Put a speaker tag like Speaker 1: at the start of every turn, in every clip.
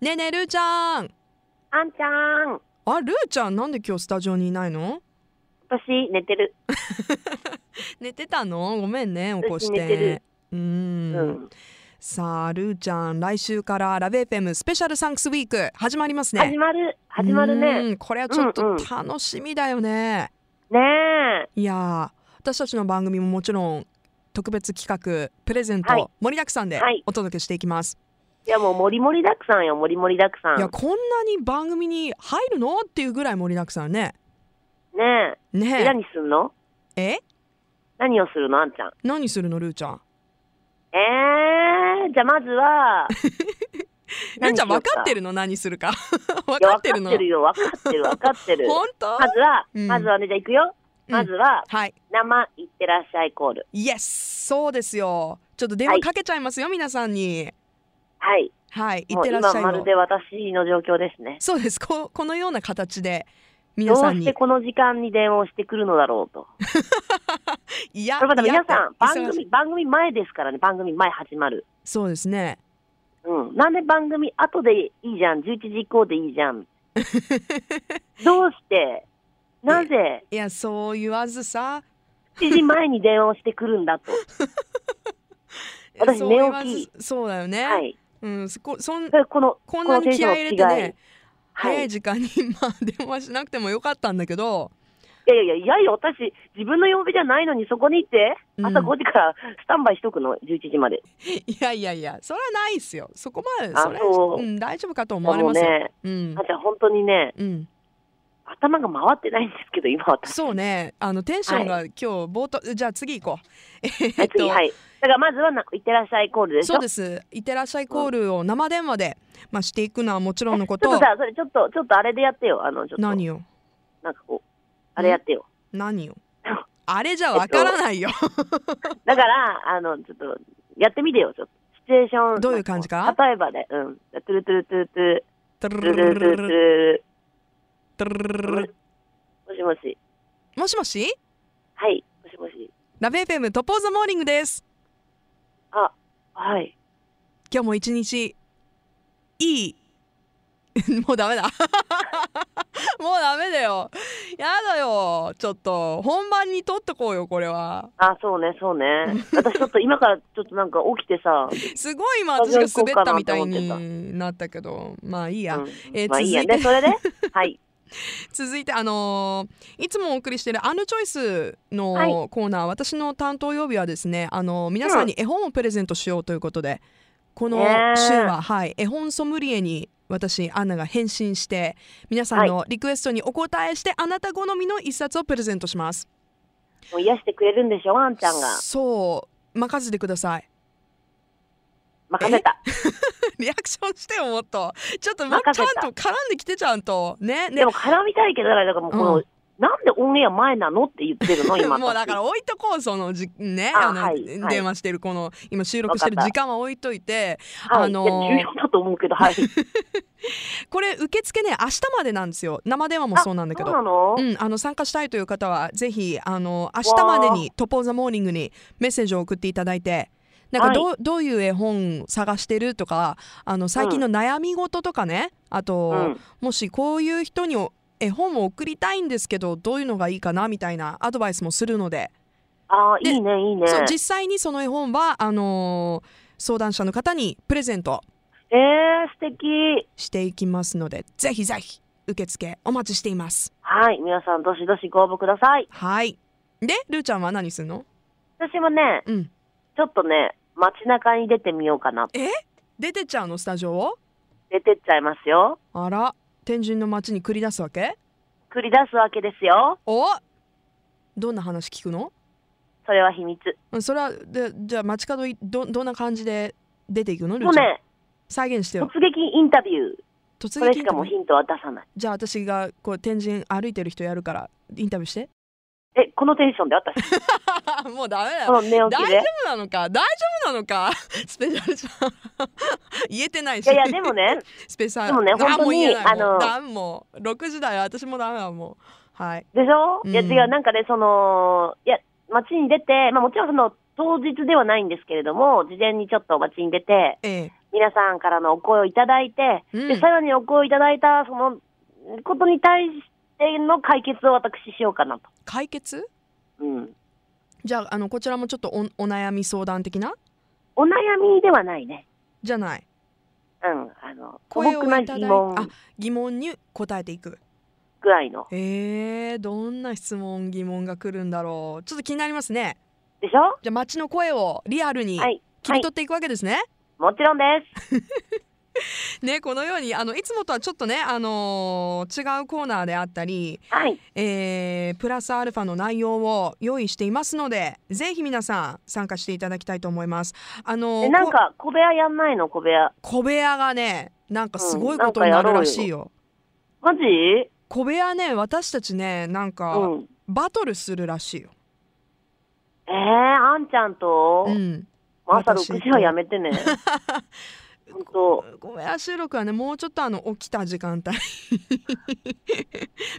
Speaker 1: ねえねえるーちゃん
Speaker 2: あんちゃん、
Speaker 1: あるーちゃんなんで今日スタジオにいないの
Speaker 2: 私寝てる。
Speaker 1: 寝てたのごめんね起こし
Speaker 2: 寝てる
Speaker 1: てうー
Speaker 2: うんん。
Speaker 1: さあるーちゃん来週からラベーペムスペシャルサンクスウィーク始まります
Speaker 2: 始
Speaker 1: ね
Speaker 2: まる、始まるね。
Speaker 1: うーんこれはちょっ
Speaker 2: う
Speaker 1: と
Speaker 2: んうん
Speaker 1: 楽しみだよね、
Speaker 2: ねえ、
Speaker 1: いやー私たちの番組ももちろん特別企画プレゼント、
Speaker 2: はい
Speaker 1: 盛りだくさんで
Speaker 2: はい
Speaker 1: お届けしていきます、
Speaker 2: いやもう盛り盛りだくさんよ、盛り盛りだくさん。
Speaker 1: い
Speaker 2: ね
Speaker 1: やこんなに番組に入るのっていうぐらい盛りだくさんね
Speaker 2: え、
Speaker 1: ね
Speaker 2: 何すんの？
Speaker 1: ええ
Speaker 2: 何をするの、あんちゃん。
Speaker 1: 何するのるーちゃん
Speaker 2: えー、じゃあまず は。
Speaker 1: るんちゃん分かって
Speaker 2: る。
Speaker 1: るの何するか 分
Speaker 2: いや
Speaker 1: かっ
Speaker 2: 分
Speaker 1: て
Speaker 2: か
Speaker 1: る
Speaker 2: っ
Speaker 1: の
Speaker 2: てるよ、分かってる、分 かってる。
Speaker 1: 本当
Speaker 2: まずは、
Speaker 1: うん
Speaker 2: まずはね、じゃあ行くよ。
Speaker 1: うん
Speaker 2: まずは、
Speaker 1: はい
Speaker 2: 生いってらっしゃいコール。
Speaker 1: イエスそうですよちょっと電
Speaker 2: は
Speaker 1: 話
Speaker 2: い
Speaker 1: かけちゃいますよ、皆さんに
Speaker 2: はい。
Speaker 1: はい行
Speaker 2: も
Speaker 1: っ
Speaker 2: う
Speaker 1: てらっしゃ
Speaker 2: 今
Speaker 1: い
Speaker 2: まる
Speaker 1: の
Speaker 2: で私の状況ですね。
Speaker 1: そうですここのような形で
Speaker 2: ど
Speaker 1: 皆
Speaker 2: う
Speaker 1: さん
Speaker 2: して
Speaker 1: に
Speaker 2: この時間に電話をしてくるのだろうと。
Speaker 1: いや
Speaker 2: これまた
Speaker 1: いや
Speaker 2: 皆さん番
Speaker 1: 忙しい
Speaker 2: 組番組前ですからね番組前始まる
Speaker 1: そうですね
Speaker 2: うんなんで番組後でいいじゃん11時以降でいい じゃんどうしてなぜ
Speaker 1: いやそう言わずさ
Speaker 2: 7時前に電話をしてくるん だと私
Speaker 1: そう言わ
Speaker 2: 寝起
Speaker 1: ずそうだよね、
Speaker 2: はい
Speaker 1: うんそこそ ん
Speaker 2: それこの
Speaker 1: こんなに気合い入れて
Speaker 2: この
Speaker 1: ね
Speaker 2: テンションの違いはい
Speaker 1: 早い時間に まあ電話しなくてもよかったんだけど
Speaker 2: いやいやいやいやいや私自分の曜日じゃないのにそこに行って
Speaker 1: うん
Speaker 2: 朝5時からスタンバイしとくの11時まで、
Speaker 1: いやいやいやそれはないっすよそこまで
Speaker 2: あ
Speaker 1: それ
Speaker 2: そう
Speaker 1: うん、大丈夫かと思
Speaker 2: も
Speaker 1: われ
Speaker 2: う
Speaker 1: ますよ、
Speaker 2: ね
Speaker 1: うん
Speaker 2: あじゃあ本当にね
Speaker 1: うん
Speaker 2: 頭が回ってないんですけど今私
Speaker 1: そうね、あのテンションが今日冒頭、じゃあ次行こう。え
Speaker 2: は
Speaker 1: っ
Speaker 2: い、次、はい。だからまずはな、いってらっしゃいコールでしょ
Speaker 1: そうです。いってらっしゃいコールを生電話で、まあしていくのはもちろんのこ
Speaker 2: ちょっ
Speaker 1: と
Speaker 2: と。さ、それちょっと、ちょっとあれでやってよ。あの、ちょっと。
Speaker 1: 何よ、
Speaker 2: なんかこう、あれやってよ。
Speaker 1: 何よ。あれじゃわからないよ。
Speaker 2: だから、あの、ちょっと、やってみてよ、ちょっと。シチュエーション。
Speaker 1: どういう感じか
Speaker 2: なん例えばね、うん。トゥルトゥルトゥルトゥル、
Speaker 1: トゥル
Speaker 2: トゥルトゥルトゥル
Speaker 1: トゥルルルルル
Speaker 2: もしもし。
Speaker 1: もしもし、
Speaker 2: はい、もしもし。
Speaker 1: ラベフェムトポーザモーニングです。
Speaker 2: あ、はい。
Speaker 1: 今日も一日いい。もうダメだ。もうダメだよ。やだよ。ちょっと本番に取っとこうよこれは。
Speaker 2: あ、そうね、そうね。私ちょっと今からちょっとなんか起きてさ。
Speaker 1: すごい今
Speaker 2: スタ
Speaker 1: 私
Speaker 2: ジオ
Speaker 1: が
Speaker 2: 行こ
Speaker 1: 滑
Speaker 2: うか
Speaker 1: っ
Speaker 2: な
Speaker 1: た
Speaker 2: と思
Speaker 1: み
Speaker 2: ってた
Speaker 1: たいになったけどまあいいや、
Speaker 2: うん
Speaker 1: えー
Speaker 2: まあいいや
Speaker 1: 続
Speaker 2: ね、
Speaker 1: いて
Speaker 2: それで。はい。
Speaker 1: 続いてあのーいつもお送りしてる「アンドチョイス」
Speaker 2: はい
Speaker 1: のコーナー、私の担当曜日はですね、あのー皆さんに絵本をプレゼントしようということでこの
Speaker 2: ねえ
Speaker 1: 週は、はい、絵本ソムリエに私アンナが返信して皆さんのリクエストにお答えして、あなた好みの一冊をプレゼントします。
Speaker 2: もう癒してくれるんでしょ、ワンちゃんが。
Speaker 1: そう任せてください
Speaker 2: 任せた。
Speaker 1: リアクションしてよもっとちょっともうち
Speaker 2: 任
Speaker 1: ゃ
Speaker 2: せた
Speaker 1: んと絡んできてちゃんとねね
Speaker 2: でも絡みたいけど、だからだからもうこの、
Speaker 1: うん
Speaker 2: なんでオンエア前なのって言ってるの、今。
Speaker 1: もうだから置いとこうそのじね
Speaker 2: あ
Speaker 1: あの、
Speaker 2: はいはい
Speaker 1: 電話してるこの今収録してる
Speaker 2: わかっ
Speaker 1: 時
Speaker 2: た
Speaker 1: 間は置いといて
Speaker 2: はい、
Speaker 1: あのー
Speaker 2: いや重要だと思うけど、 はい。
Speaker 1: これ受付ね明日までなんですよ生電話もそうなんだけ
Speaker 2: そう
Speaker 1: ど
Speaker 2: なの、
Speaker 1: うん、あの参加したいという方はぜひあの明日までに「トポーザモーニング」にメッセージを送っていただいてなんかど,、うどういう絵本探してるとかあの最近の悩み事とかね、あと、
Speaker 2: うん
Speaker 1: もしこういう人にお絵本を送りたいんですけどどういうのがいいかなみたいなアドバイスもするので
Speaker 2: ああ、
Speaker 1: で
Speaker 2: いいね、いいね。
Speaker 1: そう実際にその絵本はあのー相談者の方にプレゼント
Speaker 2: えー、素敵。
Speaker 1: していきますのでぜひぜひ受付お待ちしています
Speaker 2: はい、皆さん、どしどしご応募ください。
Speaker 1: はいでルーちゃんは何するの
Speaker 2: 私もね、
Speaker 1: うん
Speaker 2: ちょっとね、街中に出てみようかな。
Speaker 1: 出てっちゃうのスタジオを
Speaker 2: 出てっちゃいますよ。
Speaker 1: あら天神の街に繰り出すわけ
Speaker 2: 繰り出すわけですよ。
Speaker 1: おどんな話聞くの
Speaker 2: それは秘密。
Speaker 1: うんそれはでじゃあ街角いどどんな感じで出ていくのル
Speaker 2: も
Speaker 1: ー
Speaker 2: う
Speaker 1: ちゃん
Speaker 2: ね、
Speaker 1: 再現してよ
Speaker 2: 突撃インタビュー。
Speaker 1: 突
Speaker 2: それ
Speaker 1: 撃イ
Speaker 2: し
Speaker 1: ン
Speaker 2: か
Speaker 1: タ
Speaker 2: もう
Speaker 1: ビュー
Speaker 2: ヒントは出さない。
Speaker 1: じゃあ私がこう天神歩いてる人やるからインタビューして
Speaker 2: え、このテンションで私、
Speaker 1: もうダメだ
Speaker 2: この寝起
Speaker 1: 大
Speaker 2: き
Speaker 1: 丈
Speaker 2: で。
Speaker 1: 夫なのか大丈夫なのか スペシャルじゃん言えてないし
Speaker 2: いやいや、でもね、
Speaker 1: スペシャル
Speaker 2: でもね
Speaker 1: あ
Speaker 2: 本当に
Speaker 1: もう言えないもう
Speaker 2: あの
Speaker 1: ダメもう6時だよ私もダメだもうはい
Speaker 2: でしょ、いや
Speaker 1: うん
Speaker 2: 違うなんかねそのいや街に出て、まあ、もちろんその当日ではないんですけれども、事前にちょっとお待ちに出て、
Speaker 1: ええ
Speaker 2: 皆さんからのお声をいただいて、
Speaker 1: うん
Speaker 2: でさらにお声をいただいたそのことに対しての解決を私しようかなと。
Speaker 1: 解決
Speaker 2: うん、
Speaker 1: じゃああのこちらもちょっとおお悩み相談的な
Speaker 2: お悩みではないね。
Speaker 1: じゃない
Speaker 2: うん、あの、素
Speaker 1: 声を
Speaker 2: 朴ない
Speaker 1: ただい
Speaker 2: 疑
Speaker 1: て
Speaker 2: 問
Speaker 1: あ疑問に答えていく
Speaker 2: ぐらいの。
Speaker 1: えー、どんな質問疑問が来るんだろうちょっと気になりますね
Speaker 2: でしょ
Speaker 1: じゃあ街の声をリアルに
Speaker 2: はい。
Speaker 1: 切り取っていくわけですね、
Speaker 2: もちろんです。
Speaker 1: ねこのようにあのいつもとはちょっとね、あのー違うコーナーであったり、
Speaker 2: はい。
Speaker 1: えープラスアルファの内容を用意していますのでぜひ皆さん参加していただきたいと思います。あのー
Speaker 2: で、なん
Speaker 1: こ
Speaker 2: か、小部屋やんないの、小部屋。
Speaker 1: 小部屋がねなんかすごい
Speaker 2: うん
Speaker 1: ことになるらしいよ。
Speaker 2: マジ
Speaker 1: 小部屋ね私たちねなんか、
Speaker 2: うん。
Speaker 1: バトルするらしいよ。
Speaker 2: えー、あんちゃんと、
Speaker 1: うん、
Speaker 2: 朝
Speaker 1: 私と
Speaker 2: 6時はや めてね。本当
Speaker 1: 小部屋収録はねもうちょっとあの起きた時間帯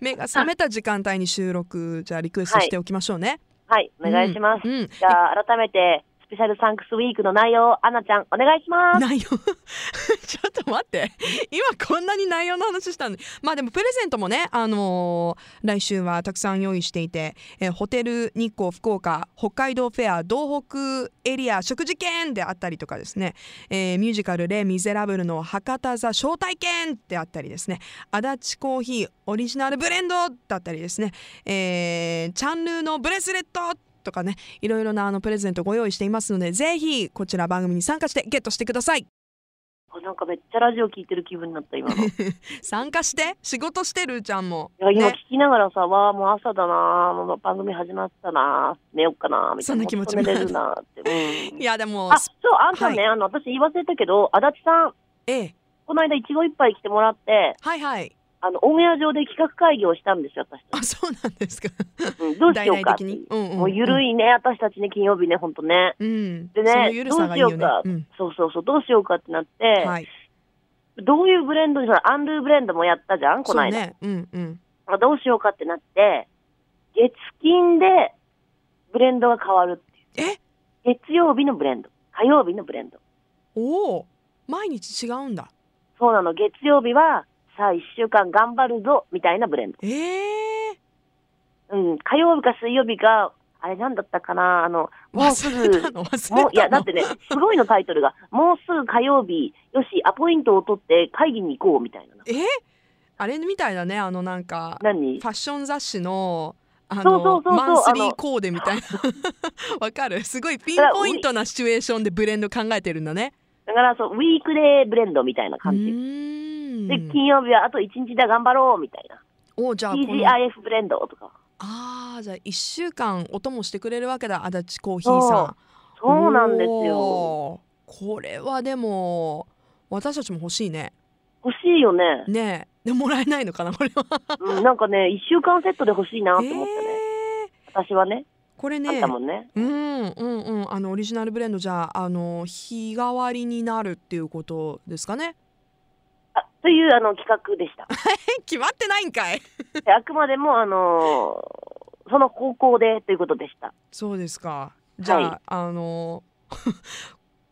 Speaker 1: 目が覚めた時間帯に収録じゃあリクエストしておきましょうね。
Speaker 2: はい、お願いします。
Speaker 1: うんうん
Speaker 2: じゃあ、改めて、スペシャルサンクスウィークの内容を、アナちゃん、お願いします。
Speaker 1: 内容 ちょっと待って今こんなに内容の話したのにまあでもプレゼントもね、あのー来週はたくさん用意していて、えーホテル日光福岡北海道フェア東北エリア食事券であったりとかですね、えーミュージカル「レ・ミゼラブル」の博多座招待券であったりですね足立コーヒーオリジナルブレンドだったりですね、えーチャンルーのブレスレットとかねいろいろなあのプレゼントご用意していますのでぜひこちら番組に参加してゲットしてください
Speaker 2: あなんかめっちゃラジオ聞いてる気分になった、 今の。い
Speaker 1: 参加して仕事してるーちゃんも
Speaker 2: や、今聞
Speaker 1: ね
Speaker 2: きながらさ、わあ、もう朝だなもう番組始まったな寝よっかなみたいな。
Speaker 1: そんな気持ち
Speaker 2: も
Speaker 1: も
Speaker 2: う寝れるなって。うん
Speaker 1: いやでも
Speaker 2: あ、そう、あんちゃんね、あの、私言い忘れたけど、足立さん、
Speaker 1: ええ
Speaker 2: この間、いちご一杯来てもらって、
Speaker 1: はいはい
Speaker 2: あの、オンエア上で企画会議をしたんですよ、私た
Speaker 1: あそうなんですか
Speaker 2: ち。うん、どうし
Speaker 1: 大
Speaker 2: ようか
Speaker 1: 々
Speaker 2: って
Speaker 1: 的
Speaker 2: い
Speaker 1: に
Speaker 2: う。
Speaker 1: うんうん
Speaker 2: もう、ゆるいね、私たちね、金曜日ね、ほんとね。
Speaker 1: うん
Speaker 2: でね
Speaker 1: そのゆるさがいいよね
Speaker 2: どうしようか
Speaker 1: ん
Speaker 2: そうそうそう、どうしようかってなって、
Speaker 1: はい
Speaker 2: どういうブレンドに、ほら、アンルーブレンドもやったじゃん、こ
Speaker 1: そ
Speaker 2: の
Speaker 1: う
Speaker 2: 間。
Speaker 1: ねうんうん
Speaker 2: あどうしようかってなって、月金でブレンドが変わるっていう。
Speaker 1: え
Speaker 2: 月曜日のブレンド、火曜日のブレンド。
Speaker 1: おお毎日違うんだ
Speaker 2: そうなの、月曜日は、さあ、一週間頑張るぞ、みたいなブレンド。
Speaker 1: ええ
Speaker 2: うん、火曜日か水曜日か、あれなんだったかな、あの、もうす
Speaker 1: 忘れた
Speaker 2: ぐ、
Speaker 1: の忘れたの
Speaker 2: もう、いや、だってね、すごいのタイトルが、もうすぐ火曜日、よし、アポイントを取って会議に行こうみたいな。
Speaker 1: えーあれみたいだねあのなんか
Speaker 2: 何
Speaker 1: ファッション雑誌のあの
Speaker 2: そうそうそうそう
Speaker 1: マンスリ
Speaker 2: あ
Speaker 1: ー
Speaker 2: の
Speaker 1: コーデみたいな わかるすごいピンポイントなシチュエーションでブレンド考えてるんだね。
Speaker 2: だから、そう、ウィークデーブレンドみたいな
Speaker 1: う
Speaker 2: 感じ。
Speaker 1: ーん
Speaker 2: で、金曜日はあと一日だ頑張ろうみたいな。
Speaker 1: おじゃあこの
Speaker 2: TGIF ブレンドとか。
Speaker 1: あーじゃあ1週間お供してくれるわけだ足立コーヒーさん。
Speaker 2: そうなんですよ。
Speaker 1: おー。これはでも私たちも欲しいね。
Speaker 2: 欲しいよね。
Speaker 1: ねえでもらえないのかなこれ は。
Speaker 2: うん、なんかね、一週間セットで欲しいなと思ったね。
Speaker 1: えー
Speaker 2: 私はね、
Speaker 1: これ
Speaker 2: あん
Speaker 1: ね
Speaker 2: たもね。
Speaker 1: うんうんうんあのオリジナルブレンドじゃああの日替わりになるっていうことですかね
Speaker 2: あというあの企画 でした。
Speaker 1: 決まってないんかい
Speaker 2: であくまでも、あのーその方向でということでした。
Speaker 1: そうですかじゃあ、
Speaker 2: は
Speaker 1: あの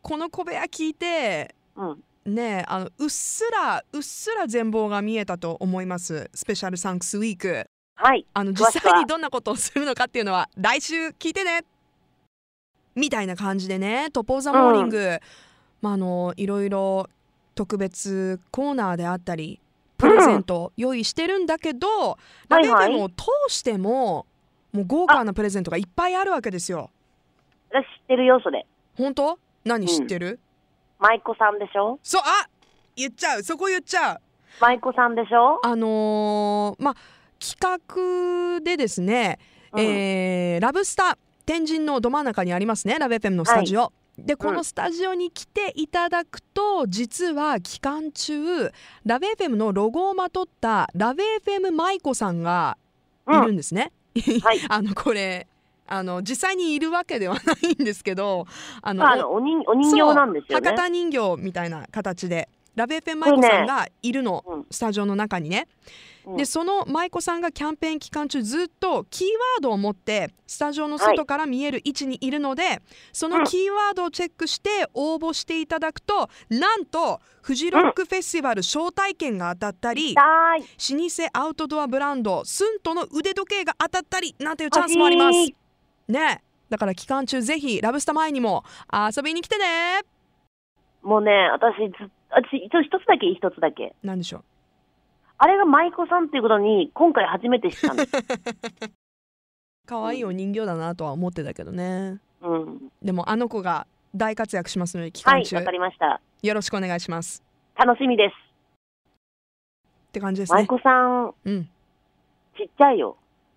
Speaker 1: この小部屋聞いて
Speaker 2: うん。
Speaker 1: ねえあのうっすらうっすら全貌が見えたと思いますスペシャルサンクスウィーク
Speaker 2: はい。
Speaker 1: あの
Speaker 2: 詳
Speaker 1: 実
Speaker 2: しくは
Speaker 1: 際にどんなことをするのかっていうのは来週聞いてねみたいな感じでね「トポーザモーニング」まあ、あのいろいろ特別コーナーであったりプレゼント用意してるんだけど、ラ
Speaker 2: はい
Speaker 1: ベ
Speaker 2: はい
Speaker 1: ルを通してももう豪華なプレゼントがいっぱいあるわけですよ。
Speaker 2: 私知ってるよ、それ。
Speaker 1: 本当
Speaker 2: ん
Speaker 1: 何知ってる、
Speaker 2: 舞妓さんでしょ
Speaker 1: そうあ言っちゃうそこ言っちゃう
Speaker 2: 舞妓さんでしょ
Speaker 1: あのーまあ企画でですね、
Speaker 2: うん
Speaker 1: えーラブスタ天神のど真ん中にありますねラブ FM のスタジオ、でこのスタジオに来ていただくと、実は期間中ラブ FM のロゴをまとったラブ FM 舞子さんが
Speaker 2: うん。
Speaker 1: い
Speaker 2: は
Speaker 1: る
Speaker 2: い。
Speaker 1: んですね。
Speaker 2: はい
Speaker 1: あのこれあの実際にいるわけではないんですけどあの
Speaker 2: あの、お人お人形なんですよね
Speaker 1: 博。多人形みたいな形でラベフェン舞子さんがいるの、
Speaker 2: うん
Speaker 1: スタジオの中にね、
Speaker 2: うん
Speaker 1: でその舞子さんがキャンペーン期間中ずっとキーワードを持ってスタジオの外から見える位置にいるので、そのキーワードをチェックして応募していただくとなんとフジロックフェスティバル招待券が当たったり、
Speaker 2: はい。
Speaker 1: 老舗アウトドアブランドスントの腕時計が当たったりなんていうチャンスもあります
Speaker 2: 欲しい
Speaker 1: ねだから期間中ぜひラブスタ前にも遊びに来てね
Speaker 2: もうね、私ず、私、一応一つだけ、一つだけ。
Speaker 1: なんでしょう
Speaker 2: あれが舞妓さんっていうことに、今回初めて知ったんです。
Speaker 1: 可愛いお人形だなとは思ってたけどね
Speaker 2: うん。
Speaker 1: でもあの子が大活躍しますので期
Speaker 2: は
Speaker 1: 間
Speaker 2: い、
Speaker 1: 中、
Speaker 2: わかりました。
Speaker 1: よろしくお願いします
Speaker 2: 楽しみです。
Speaker 1: って感じです
Speaker 2: 舞
Speaker 1: ね
Speaker 2: 妓さん、
Speaker 1: うん
Speaker 2: ちっちゃいよ。